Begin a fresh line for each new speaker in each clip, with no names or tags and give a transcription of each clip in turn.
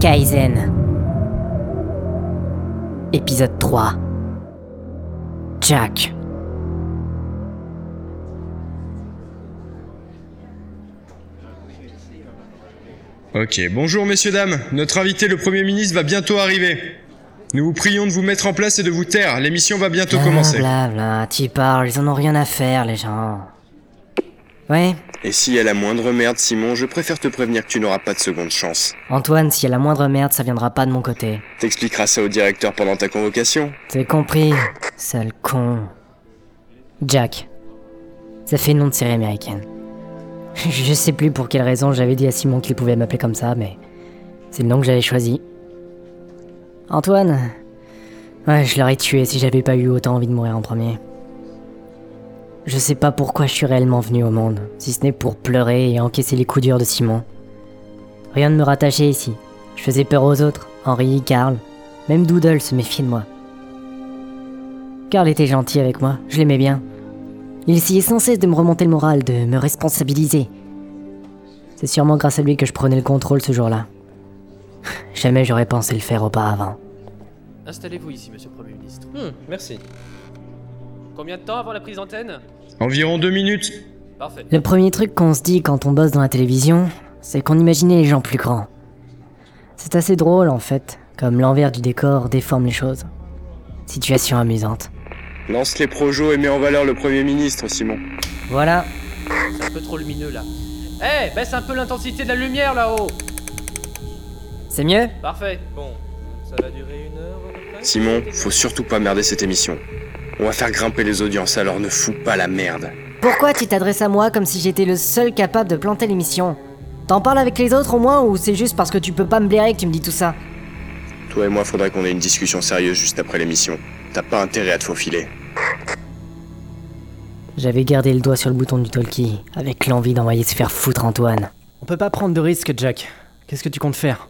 Kaizen. Épisode 3. Jack.
Ok, bonjour messieurs, dames. Notre invité, le Premier ministre, va bientôt arriver. Nous vous prions de vous mettre en place et de vous taire. L'émission va bientôt
Ah,
commencer.
Blablabla, tu parles, ils en ont rien à faire, les gens. Ouais,
Et s'il y a la moindre merde, Simon, je préfère te prévenir que tu n'auras pas de seconde chance.
Antoine, s'il y a la moindre merde, ça viendra pas de mon côté.
T'expliqueras ça au directeur pendant ta convocation.
T'es compris, sale con. Jack. Ça fait nom de série américaine. Je sais plus pour quelle raison j'avais dit à Simon qu'il pouvait m'appeler comme ça, mais c'est le nom que j'avais choisi. Antoine. Ouais, je l'aurais tué si j'avais pas eu autant envie de mourir en premier. Je sais pas pourquoi je suis réellement venu au monde, si ce n'est pour pleurer et encaisser les coups durs de Simon. Rien ne me rattachait ici. Je faisais peur aux autres, Henri, Karl. Même Doodle se méfiait de moi. Carl était gentil avec moi, je l'aimais bien. Il essayait sans cesse de me remonter le moral, de me responsabiliser. C'est sûrement grâce à lui que je prenais le contrôle ce jour-là. Jamais j'aurais pensé le faire auparavant.
Installez-vous ici, monsieur le Premier ministre.
Hmm, merci.
Combien de temps avant la prise d'antenne
Environ deux minutes.
Parfait.
Le premier truc qu'on se dit quand on bosse dans la télévision, c'est qu'on imaginait les gens plus grands. C'est assez drôle en fait, comme l'envers du décor déforme les choses. Situation amusante.
Lance les projos et mets en valeur le Premier ministre, Simon.
Voilà,
C'est un peu trop lumineux là. Eh, baisse un peu l'intensité de la lumière là-haut
c'est mieux
Parfait.
Bon, ça va durer une heure à peu près
Simon, faut surtout pas merder cette émission. On va faire grimper les audiences, alors ne fous pas la merde.
Pourquoi tu t'adresses à moi comme si j'étais le seul capable de planter l'émission T'en parles avec les autres au moins ou c'est juste parce que tu peux pas me blairer que tu me dis tout ça
Toi et moi, faudrait qu'on ait une discussion sérieuse juste après l'émission. T'as pas intérêt à te faufiler.
J'avais gardé le doigt sur le bouton du talkie, avec l'envie d'envoyer se faire foutre Antoine.
On peut pas prendre de risques, Jack. Qu'est-ce que tu comptes faire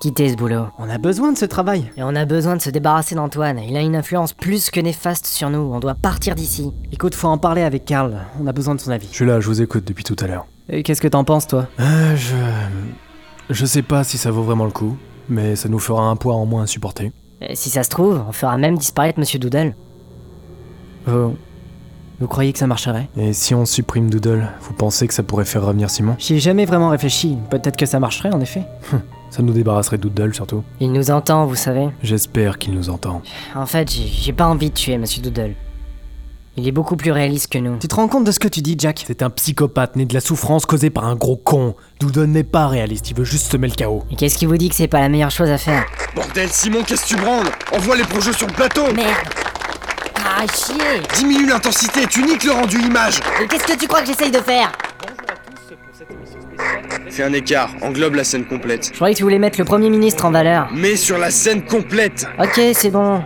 Quittez ce boulot.
On a besoin de ce travail.
Et on a besoin de se débarrasser d'Antoine, il a une influence plus que néfaste sur nous, on doit partir d'ici.
Écoute, faut en parler avec Karl. On a besoin de son avis.
Je suis là, je vous écoute depuis tout à l'heure.
Et qu'est-ce que t'en penses, toi
Euh, je. Je sais pas si ça vaut vraiment le coup, mais ça nous fera un poids en moins à supporter.
Et si ça se trouve, on fera même disparaître Monsieur Doodle.
Vous. Vous croyez que ça marcherait
Et si on supprime Doodle, vous pensez que ça pourrait faire revenir Simon
J'y ai jamais vraiment réfléchi. Peut-être que ça marcherait, en effet.
Ça nous débarrasserait de Doodle surtout.
Il nous entend, vous savez.
J'espère qu'il nous entend.
En fait, j'ai- j'ai pas envie de tuer Monsieur Doodle. Il est beaucoup plus réaliste que nous.
Tu te rends compte de ce que tu dis, Jack
C'est un psychopathe né de la souffrance causée par un gros con. Doodle n'est pas réaliste, il veut juste semer le chaos.
Et qu'est-ce qui vous dit que c'est pas la meilleure chose à faire
Bordel, Simon, qu'est-ce que tu branles Envoie les projets sur le plateau
Merde Ah, à chier
Diminue l'intensité, tu niques le rendu image
Mais Qu'est-ce que tu crois que j'essaye de faire
Bonjour à tous pour cette émission spéciale.
Fais un écart, englobe la scène complète.
Je croyais que tu voulais mettre le Premier ministre en valeur.
Mets sur la scène complète
Ok, c'est bon.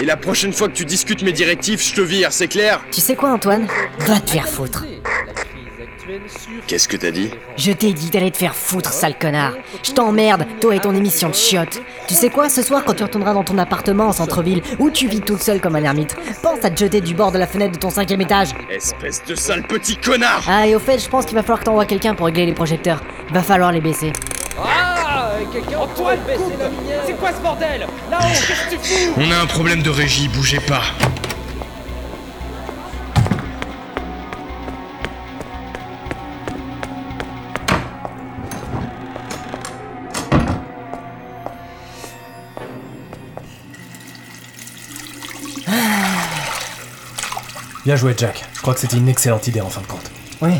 Et la prochaine fois que tu discutes mes directives, je te vire, c'est clair
Tu sais quoi, Antoine Va te faire foutre.
La crise actuelle sur-
Qu'est-ce que t'as dit
Je t'ai dit d'aller te faire foutre, sale connard. Je t'emmerde, toi et ton émission de chiottes. Tu sais quoi, ce soir, quand tu retourneras dans ton appartement en centre-ville, où tu vis toute seule comme un ermite, pense à te jeter du bord de la fenêtre de ton cinquième étage.
Espèce de sale petit connard
Ah, et au fait, je pense qu'il va falloir que t'envoies quelqu'un pour régler les projecteurs. Va falloir les baisser.
Ah Quelqu'un
Antoine,
pourrait baisser la lumière
C'est quoi ce bordel Là-haut, qu'est-ce que tu fous
On a un problème de régie, bougez pas
Bien joué, Jack. Je crois que c'était une excellente idée en fin de compte.
Oui.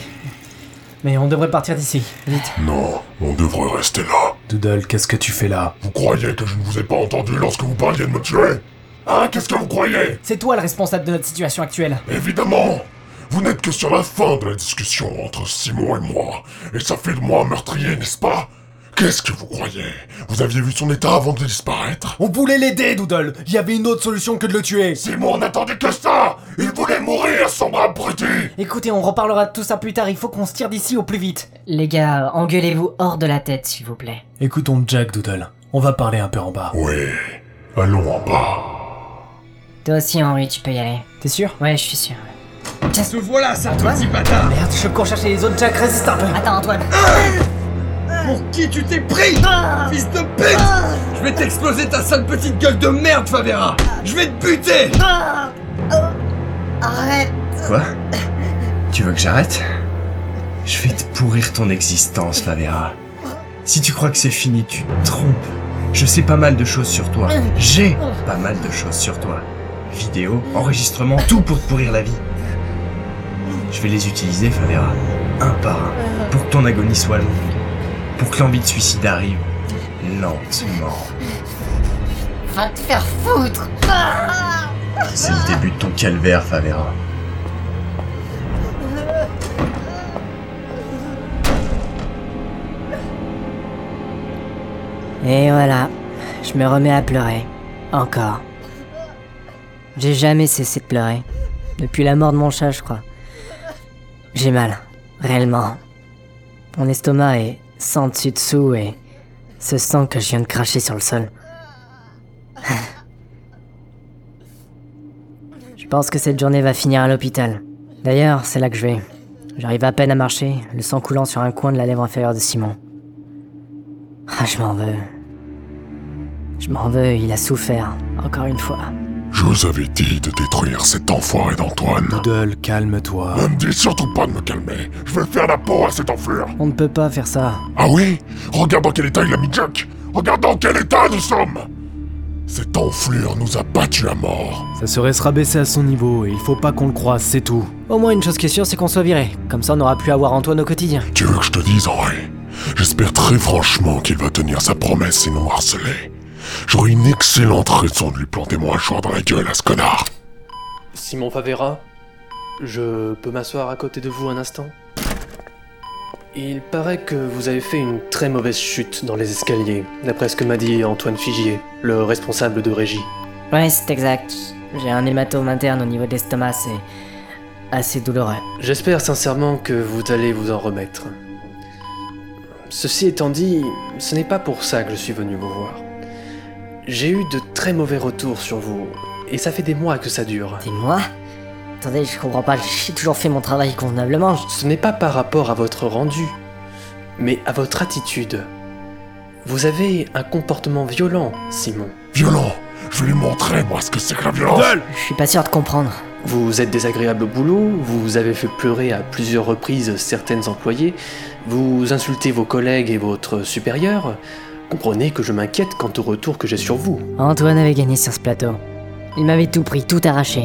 Mais on devrait partir d'ici. Vite.
Non, on devrait rester là.
Doodle, qu'est-ce que tu fais là
Vous croyez que je ne vous ai pas entendu lorsque vous parliez de me tuer Hein, qu'est-ce que vous croyez
C'est toi le responsable de notre situation actuelle.
Évidemment Vous n'êtes que sur la fin de la discussion entre Simon et moi, et ça fait de moi un meurtrier, n'est-ce pas Qu'est-ce que vous croyez Vous aviez vu son état avant de disparaître
On voulait l'aider, Doodle Il y avait une autre solution que de le tuer
Simon n'attendait que ça Il voulait mourir, sombre abruti
Écoutez, on reparlera de tout ça plus tard. Il faut qu'on se tire d'ici au plus vite.
Les gars, engueulez-vous hors de la tête, s'il vous plaît.
Écoutons Jack, Doodle. On va parler un peu en bas.
Oui, allons en bas.
Toi aussi, Henri, tu peux y aller.
T'es sûr
Ouais, je suis sûr.
Te voilà, sale petit bâtard
Merde, je cours chercher les autres, Jack. Résiste un peu.
Attends, Antoine.
pour qui tu t'es pris Fils de pute Je vais t'exploser ta sale petite gueule de merde, Favera Je vais te buter
Arrête
Quoi Tu veux que j'arrête Je vais te pourrir ton existence, Favera. Si tu crois que c'est fini, tu te trompes. Je sais pas mal de choses sur toi. J'ai pas mal de choses sur toi. Vidéos, enregistrements, tout pour te pourrir la vie. Je vais les utiliser, Favera, un par un, pour que ton agonie soit longue, pour que l'envie de suicide arrive lentement.
Va te faire foutre
C'est le début de ton calvaire, Favera.
Et voilà, je me remets à pleurer. Encore. J'ai jamais cessé de pleurer. Depuis la mort de mon chat, je crois. J'ai mal, réellement. Mon estomac est sans dessus dessous et ce sang que je viens de cracher sur le sol. Je pense que cette journée va finir à l'hôpital. D'ailleurs, c'est là que je vais. J'arrive à peine à marcher, le sang coulant sur un coin de la lèvre inférieure de Simon. Ah, je m'en veux. Je m'en veux, il a souffert, encore une fois.
Je vous avais dit de détruire cet enfoiré d'Antoine.
Doodle, calme-toi.
Ne me dis surtout pas de me calmer. Je vais faire la peau à cet enflure.
On ne peut pas faire ça.
Ah oui Regarde dans quel état il a mis Jack. Regarde dans quel état nous sommes. Cette enflure nous a battus à mort.
Ça serait se rabaisser à son niveau et il faut pas qu'on le croise, c'est tout.
Au moins, une chose qui est sûre, c'est qu'on soit viré. Comme ça, on n'aura plus à voir Antoine au quotidien.
Tu veux que je te dise, Henri J'espère très franchement qu'il va tenir sa promesse et nous harceler. J'aurais une excellente raison de lui planter moi un joint dans la gueule à ce connard.
Simon Favera, je peux m'asseoir à côté de vous un instant Il paraît que vous avez fait une très mauvaise chute dans les escaliers, d'après ce que m'a dit Antoine Figier, le responsable de régie.
Ouais, c'est exact. J'ai un hématome interne au niveau de l'estomac, c'est assez douloureux.
J'espère sincèrement que vous allez vous en remettre. Ceci étant dit, ce n'est pas pour ça que je suis venu vous voir. J'ai eu de très mauvais retours sur vous, et ça fait des mois que ça dure.
Dis moi Attendez, je comprends pas, j'ai toujours fait mon travail convenablement. je-
Ce n'est pas par rapport à votre rendu, mais à votre attitude. Vous avez un comportement violent, Simon.
Violent Je vais lui montrer, moi, ce que c'est que la violence
Je suis pas sûr de comprendre.
Vous êtes désagréable au boulot, vous avez fait pleurer à plusieurs reprises certaines employées, vous insultez vos collègues et votre supérieur. Comprenez que je m'inquiète quant au retour que j'ai sur vous.
Antoine avait gagné sur ce plateau. Il m'avait tout pris, tout arraché.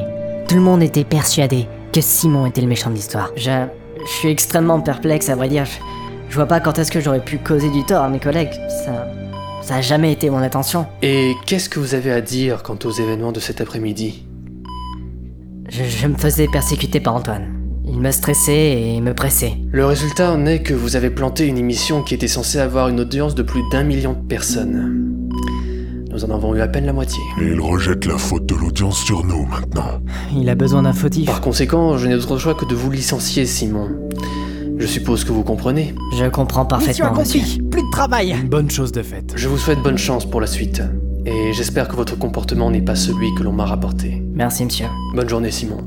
Tout le monde était persuadé que Simon était le méchant de l'histoire. Je... je suis extrêmement perplexe, à vrai dire. Je, je vois pas quand est-ce que j'aurais pu causer du tort à mes collègues. Ça... Ça a jamais été mon attention.
Et qu'est-ce que vous avez à dire quant aux événements de cet après-midi
Je, je me faisais persécuter par Antoine. Il me stressait et me pressait.
Le résultat en est que vous avez planté une émission qui était censée avoir une audience de plus d'un million de personnes. Nous en avons eu à peine la moitié.
Et il rejette la faute de l'audience sur nous, maintenant.
Il a besoin d'un fautif.
Par conséquent, je n'ai d'autre choix que de vous licencier, Simon. Je suppose que vous comprenez.
Je comprends parfaitement.
Plus de travail
Une bonne chose de faite.
Je vous souhaite bonne chance pour la suite. Et j'espère que votre comportement n'est pas celui que l'on m'a rapporté.
Merci, monsieur.
Bonne journée, Simon.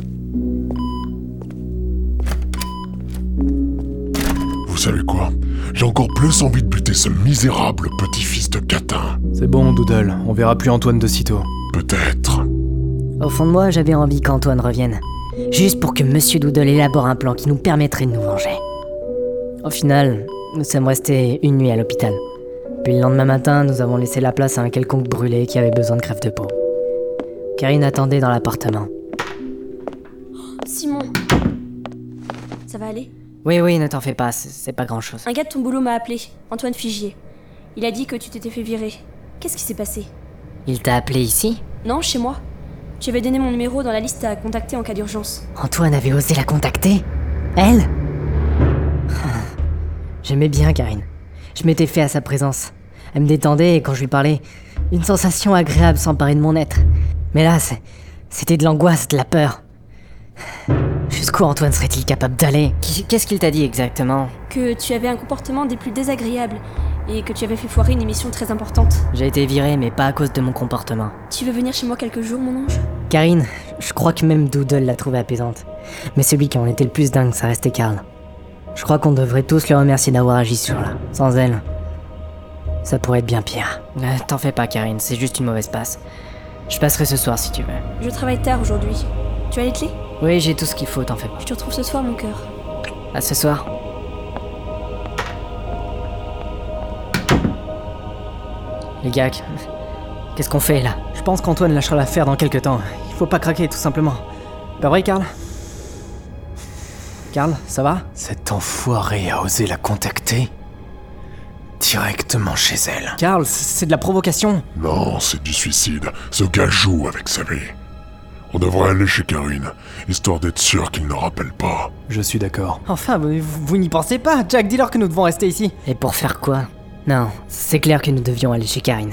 Vous savez quoi J'ai encore plus envie de buter ce misérable petit-fils de catin.
C'est bon, Doodle, on verra plus Antoine de sitôt.
Peut-être.
Au fond de moi, j'avais envie qu'Antoine revienne. Juste pour que Monsieur Doodle élabore un plan qui nous permettrait de nous venger. Au final, nous sommes restés une nuit à l'hôpital. Puis le lendemain matin, nous avons laissé la place à un quelconque brûlé qui avait besoin de crève de peau. Karine attendait dans l'appartement.
Simon Ça va aller
Oui, oui, ne t'en fais pas, c'est c'est pas grand chose.
Un gars de ton boulot m'a appelé, Antoine Figier. Il a dit que tu t'étais fait virer. Qu'est-ce qui s'est passé
Il t'a appelé ici
Non, chez moi. Tu avais donné mon numéro dans la liste à contacter en cas d'urgence.
Antoine avait osé la contacter Elle J'aimais bien Karine. Je m'étais fait à sa présence. Elle me détendait et quand je lui parlais, une sensation agréable s'emparait de mon être. Mais là, c'est- c'était de l'angoisse, de la peur. Jusqu'où Antoine serait-il capable d'aller Qui- Qu'est-ce qu'il t'a dit exactement
Que tu avais un comportement des plus désagréables et que tu avais fait foirer une émission très importante.
J'ai été viré, mais pas à cause de mon comportement.
Tu veux venir chez moi quelques jours, mon ange
Karine, je crois que même Doodle l'a trouvée apaisante. Mais celui qui en était le plus dingue, ça restait Karl. Je crois qu'on devrait tous le remercier d'avoir agi sur là. Sans elle, Ça pourrait être bien pire. Euh, T'en fais pas, Karine, c'est juste une mauvaise passe. Je passerai ce soir si tu veux.
Je travaille tard aujourd'hui. Tu as les clés
Oui, j'ai tout ce qu'il faut, t'en fais pas.
Je te retrouve ce soir, mon cœur.
À ce soir. Les gars, qu'est-ce qu'on fait là
Je pense qu'Antoine lâchera l'affaire dans quelques temps. Il faut pas craquer, tout simplement. Pas vrai, Karl Karl, ça va
Cet enfoiré a osé la contacter directement chez elle.
Karl, c- c'est de la provocation.
Non, c'est du suicide. Ce gars joue avec sa vie. On devrait aller chez Karine, histoire d'être sûr qu'il ne rappelle pas.
Je suis d'accord.
Enfin, vous, vous- vous n'y pensez pas. Jack, dis-leur que nous devons rester ici.
Et pour faire quoi Non, c'est clair que nous devions aller chez Karine.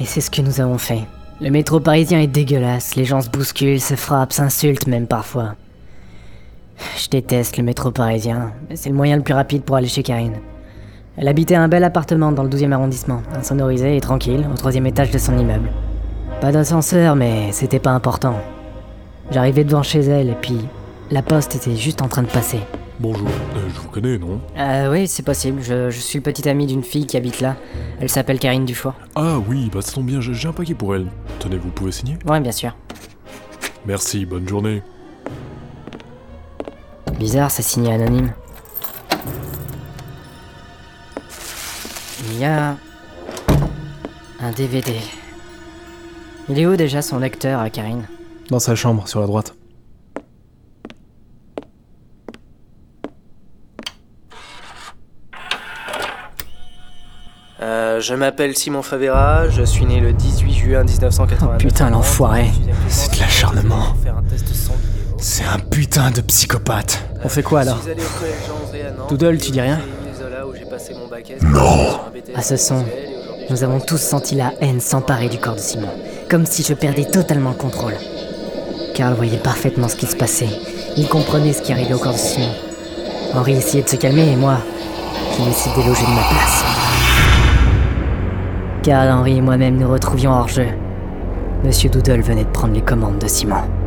Et c'est ce que nous avons fait. Le métro parisien est dégueulasse, les gens se bousculent, se frappent, s'insultent même parfois. Je déteste le métro parisien, mais c'est le moyen le plus rapide pour aller chez Karine. Elle habitait un bel appartement dans le 12e arrondissement, insonorisé et tranquille, au troisième étage de son immeuble. Pas d'ascenseur, mais c'était pas important. J'arrivais devant chez elle et puis la poste était juste en train de passer.
Bonjour, je vous connais, non
Euh, oui, c'est possible. Je, je suis le petit ami d'une fille qui habite là. Elle s'appelle Karine Dufour.
Ah oui, bah ça tombe bien, j'ai j'ai un paquet pour elle. Tenez, vous pouvez signer
Ouais, bien sûr.
Merci, bonne journée.
Bizarre, c'est signé anonyme. Il y a. un DVD. Il est où déjà son lecteur à Karine
Dans sa chambre, sur la droite.
Euh, je m'appelle Simon Favera, je suis né le 18 juin 1989.
Oh, putain, l'enfoiré.
C'est de l'acharnement. C'est
un putain de psychopathe.
On fait quoi alors Doodle, tu dis rien Ah,
Non
À ce son, nous avons tous senti la haine s'emparer du corps de Simon, comme si je perdais totalement le contrôle. Karl voyait parfaitement ce qui se passait. Il comprenait ce qui arrivait au corps de Simon. Henri essayait de se calmer et moi, je me suis délogé de ma place. Karl, Henri et moi-même nous retrouvions hors jeu. Monsieur Doodle venait de prendre les commandes de Simon.